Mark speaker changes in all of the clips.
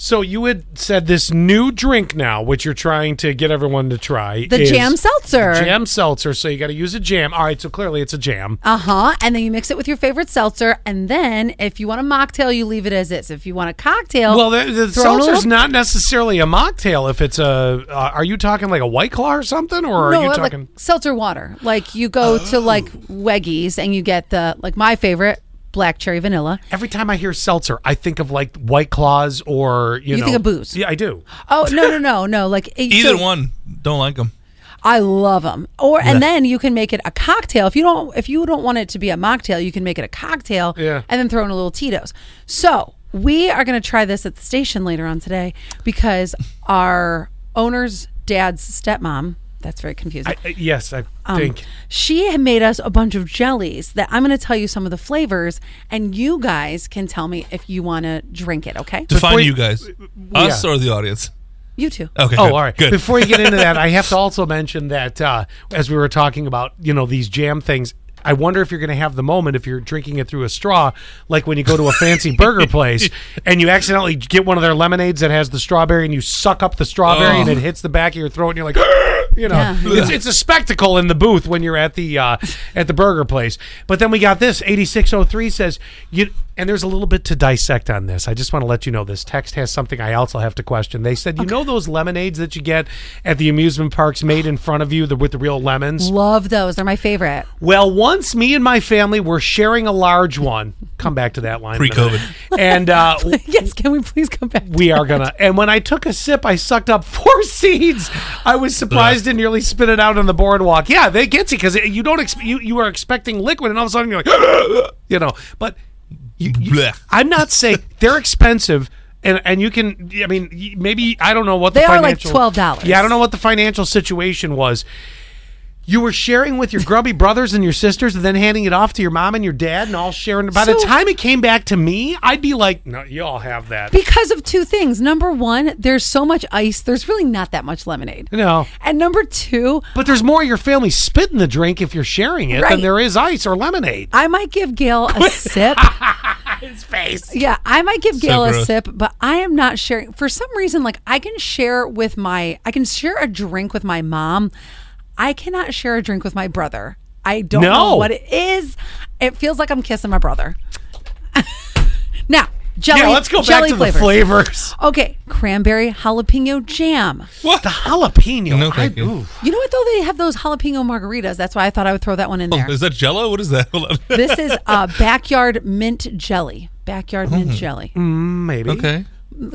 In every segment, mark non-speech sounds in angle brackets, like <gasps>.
Speaker 1: So you had said this new drink now, which you're trying to get everyone to try.
Speaker 2: The
Speaker 1: is
Speaker 2: jam seltzer.
Speaker 1: Jam seltzer. So you got to use a jam. All right. So clearly it's a jam.
Speaker 2: Uh huh. And then you mix it with your favorite seltzer. And then if you want a mocktail, you leave it as is. If you want a cocktail,
Speaker 1: well, the, the
Speaker 2: throw in a
Speaker 1: seltzer's
Speaker 2: little-
Speaker 1: not necessarily a mocktail. If it's a, uh, are you talking like a white claw or something, or are
Speaker 2: no,
Speaker 1: you
Speaker 2: like
Speaker 1: talking? Oh.
Speaker 2: seltzer water. Like you go to like Weggies and you get the like my favorite black cherry vanilla.
Speaker 1: Every time I hear seltzer, I think of like white claws or you,
Speaker 2: You
Speaker 1: know.
Speaker 2: think of booze.
Speaker 1: Yeah, I do.
Speaker 2: Oh no no no
Speaker 1: <laughs>
Speaker 2: no! Like it-
Speaker 3: Either
Speaker 2: so-
Speaker 3: one, don't like them.
Speaker 2: I love them. Or and then you can make it a cocktail. If you don't if you don't want it to be a mocktail, you can make it a cocktail
Speaker 1: Yeah.
Speaker 2: and then throw in a little Tito's. So we are going to try this at the station later on today because our owner's dad's stepmom. That's very confusing.
Speaker 1: I, I- yes, I
Speaker 2: Um,
Speaker 1: think.
Speaker 2: She had made us a bunch of jellies that I'm going to tell you some of the flavors, and you guys can tell me if you want to drink it. Okay,
Speaker 3: Define
Speaker 1: Before you-
Speaker 3: you guys, us
Speaker 1: yeah.
Speaker 3: or the audience.
Speaker 2: you too.
Speaker 3: Okay.
Speaker 1: Oh,
Speaker 3: good,
Speaker 1: all right.
Speaker 3: Good.
Speaker 1: Before you get into that, I
Speaker 3: <laughs>
Speaker 1: have to also mention that uh, as we were talking about, you know, these jam things. I wonder if you're going to have the moment if you're drinking it through a straw, like when you go to a fancy
Speaker 3: <laughs>
Speaker 1: burger place and you accidentally get one of their lemonades that has the strawberry and you suck up the strawberry and
Speaker 3: Oh.
Speaker 1: it hits the back of your throat and you're like, <gasps> you know,
Speaker 2: Yeah.
Speaker 1: it's, it's a spectacle in the booth when you're at the uh, at the burger place. But then we got this 8603 says you and there's a little bit to dissect on this. I just want to let you know this text has something I also have to question. They said, you know those lemonades that you get at the amusement parks made in front of you the, with the real lemons?
Speaker 2: Love those. They're my favorite.
Speaker 1: Well, once me and my family were sharing a large one. Come back to that line. in a minute. And uh,
Speaker 2: <laughs> yes, can we please come back?
Speaker 1: we are
Speaker 2: <laughs>
Speaker 1: gonna. And when I took a sip, I sucked up four <laughs> seeds. I was surprised and nearly spit it out on the boardwalk. Yeah, they get you because you don't exp- you you are expecting liquid, and all of a sudden you're like, <gasps> you know. But
Speaker 3: <laughs>
Speaker 1: you, you- <laughs>
Speaker 3: Blech.
Speaker 1: I'm not saying they're expensive. And, and you can I mean y- maybe I don't know what
Speaker 2: They
Speaker 1: the
Speaker 2: are like
Speaker 1: financial,
Speaker 2: $12.
Speaker 1: Yeah, I don't know what the financial situation was. You were sharing with your grubby brothers and your sisters, and then handing it off to your mom and your dad, and all sharing. By the
Speaker 2: So-
Speaker 1: time it came back to me, I'd be like, "No, you all have that."
Speaker 2: Because of two things. Number one, there's so much ice, there's really not that much lemonade.
Speaker 1: No.
Speaker 2: And number two,
Speaker 1: But there's more of your family spitting the drink if you're sharing it than
Speaker 2: Right.
Speaker 1: there is ice or lemonade.
Speaker 2: I might give Gail
Speaker 1: <laughs>
Speaker 2: a sip.
Speaker 1: His face.
Speaker 2: Yeah, I might give Gail a
Speaker 3: gross.
Speaker 2: sip, but I am not sharing. For some reason, like I can share with my, I can share a drink with my mom. I cannot share a drink with my brother. I don't
Speaker 1: No.
Speaker 2: know what it is. It feels like I'm kissing my brother. <laughs> now, jelly.
Speaker 1: Yeah, let's go back
Speaker 2: jelly
Speaker 1: to
Speaker 2: flavors.
Speaker 1: the
Speaker 2: <laughs>
Speaker 1: flavors.
Speaker 2: Okay, cranberry jalapeno jam.
Speaker 1: What? The jalapeno.
Speaker 3: No,
Speaker 1: I-
Speaker 3: thank you.
Speaker 1: ooh.
Speaker 2: You know what though? They have those jalapeno margaritas. That's why I thought I would throw that one
Speaker 1: <laughs>
Speaker 2: in
Speaker 1: Oh,
Speaker 2: there.
Speaker 3: Is that Jello? What is that? <laughs> Hold on.
Speaker 2: this is uh, backyard mint jelly. Backyard
Speaker 1: Mm.
Speaker 2: mint jelly,
Speaker 1: Maybe.
Speaker 3: okay.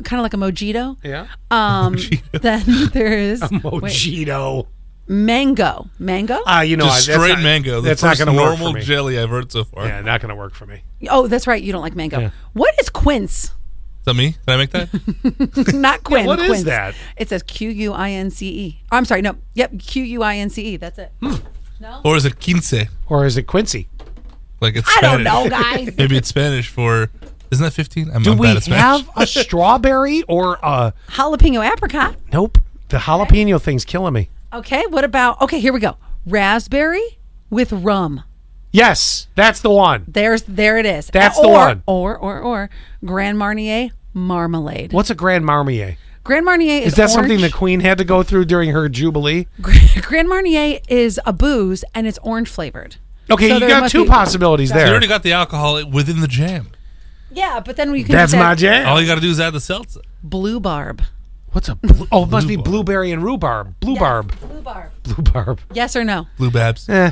Speaker 2: kind of like a mojito.
Speaker 1: Yeah.
Speaker 2: Um, <laughs> then there
Speaker 1: <laughs>
Speaker 2: is wait,
Speaker 1: Mojito.
Speaker 2: mango. Mango.
Speaker 1: Ah, you know, I,
Speaker 3: Just
Speaker 1: that's
Speaker 3: straight
Speaker 1: not-
Speaker 3: mango. The
Speaker 1: That's
Speaker 3: first
Speaker 1: not going to work
Speaker 3: normal
Speaker 1: for me.
Speaker 3: jelly I've heard so far.
Speaker 1: yeah, not going to work for me.
Speaker 2: oh, that's right. You don't like mango.
Speaker 1: Yeah.
Speaker 2: What is quince? <laughs>
Speaker 3: Is that me? Did I
Speaker 1: <laughs>
Speaker 3: make that?
Speaker 2: Not quin.
Speaker 1: what is
Speaker 2: quince.
Speaker 1: that?
Speaker 2: It says Q U I N C E. I'm sorry. No. Yep. Q U I N C E. That's it.
Speaker 1: Hmm,
Speaker 3: or is it quince?
Speaker 1: Or is it Quincy?
Speaker 3: Like it's
Speaker 2: I don't know,
Speaker 3: Spanish.
Speaker 1: <laughs>
Speaker 2: guys.
Speaker 3: Maybe it's Spanish for. Isn't that 15? I'm,
Speaker 1: Do
Speaker 3: I'm
Speaker 1: we
Speaker 3: bad at Spanish.
Speaker 1: have
Speaker 3: <laughs>
Speaker 1: a strawberry or a.
Speaker 2: Jalapeno apricot.
Speaker 1: Nope. The jalapeno thing's killing me.
Speaker 2: Okay. What about? Okay. Here we go. Raspberry with rum.
Speaker 1: Yes, that's the one.
Speaker 2: There's there it is.
Speaker 1: That's
Speaker 2: or,
Speaker 1: the one.
Speaker 2: Or or or Grand Marnier marmalade.
Speaker 1: What's a Grand Marnier?
Speaker 2: Grand Marnier is,
Speaker 1: Is that something the
Speaker 2: orange.
Speaker 1: Queen had to go through during her Jubilee?
Speaker 2: <laughs> Grand Marnier is a booze and it's orange flavored.
Speaker 1: Okay,
Speaker 2: So
Speaker 1: you
Speaker 2: there
Speaker 1: got
Speaker 2: must
Speaker 1: two
Speaker 2: be-
Speaker 1: possibilities
Speaker 3: You
Speaker 1: there.
Speaker 3: already got the alcohol within the jam.
Speaker 2: Yeah, but then we <laughs> can
Speaker 1: That's
Speaker 2: just
Speaker 1: my
Speaker 2: add
Speaker 1: jam.
Speaker 3: All you got to do is add the seltzer.
Speaker 2: Blue barb.
Speaker 1: What's a blu- oh? It must be
Speaker 3: Rhubarb.
Speaker 1: blueberry and rhubarb. Blue barb.
Speaker 2: Blue barb.
Speaker 1: Blue barb.
Speaker 2: Yes or no?
Speaker 3: Blue Babs. I
Speaker 1: Eh.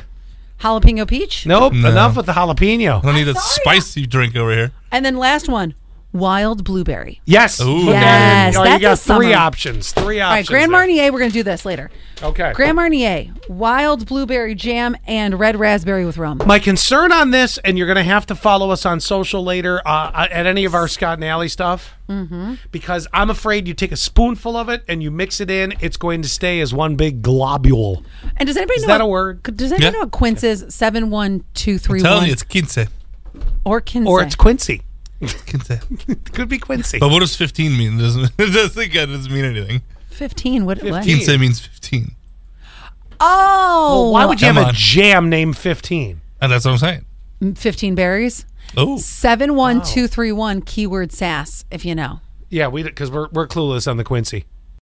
Speaker 2: Jalapeno peach.
Speaker 1: Nope.
Speaker 3: No.
Speaker 1: Enough with the jalapeno.
Speaker 3: don't need a spicy drink over here.
Speaker 2: And then last one, wild blueberry.
Speaker 1: Yes.
Speaker 3: Ooh.
Speaker 1: Put that in.
Speaker 2: Yes,
Speaker 1: Oh, you
Speaker 2: that's
Speaker 1: got
Speaker 2: a summer.
Speaker 1: three options. Three options.
Speaker 2: All right, Grand
Speaker 1: there.
Speaker 2: Marnier. We're gonna do this later.
Speaker 1: Okay.
Speaker 2: Grand Marnier, wild blueberry jam, and red raspberry with rum.
Speaker 1: My concern on this, and you're going to have to follow us on social later uh, at any of our Scott and Alley stuff,
Speaker 2: Mm-hmm.
Speaker 1: because I'm afraid you take a spoonful of it and you mix it in, it's going to stay as one big globule.
Speaker 2: And does anybody
Speaker 1: Is
Speaker 2: know
Speaker 1: that a
Speaker 2: what-
Speaker 1: word?
Speaker 2: Does anybody
Speaker 3: Yeah.
Speaker 2: know what quince is? Seven one two three
Speaker 3: Tell
Speaker 2: one.
Speaker 3: me it's quince.
Speaker 2: or quince.
Speaker 1: Or it's Quincy.
Speaker 3: Quince.
Speaker 1: It could be Quincy.
Speaker 3: But what does 15 mean? <laughs> It doesn't, it doesn't, it doesn't mean anything.
Speaker 2: fifteen. What? what?
Speaker 1: 15.
Speaker 3: Quince means 15.
Speaker 2: Oh,
Speaker 1: Why would you
Speaker 3: Come
Speaker 1: have a
Speaker 3: on.
Speaker 1: jam named 15?
Speaker 3: And that's what I'm saying.
Speaker 2: Mm, fifteen berries?
Speaker 3: Oh.
Speaker 2: Seven one two three one. Keyword sass. If you know.
Speaker 1: Yeah, we because we're we're clueless on the Quincy.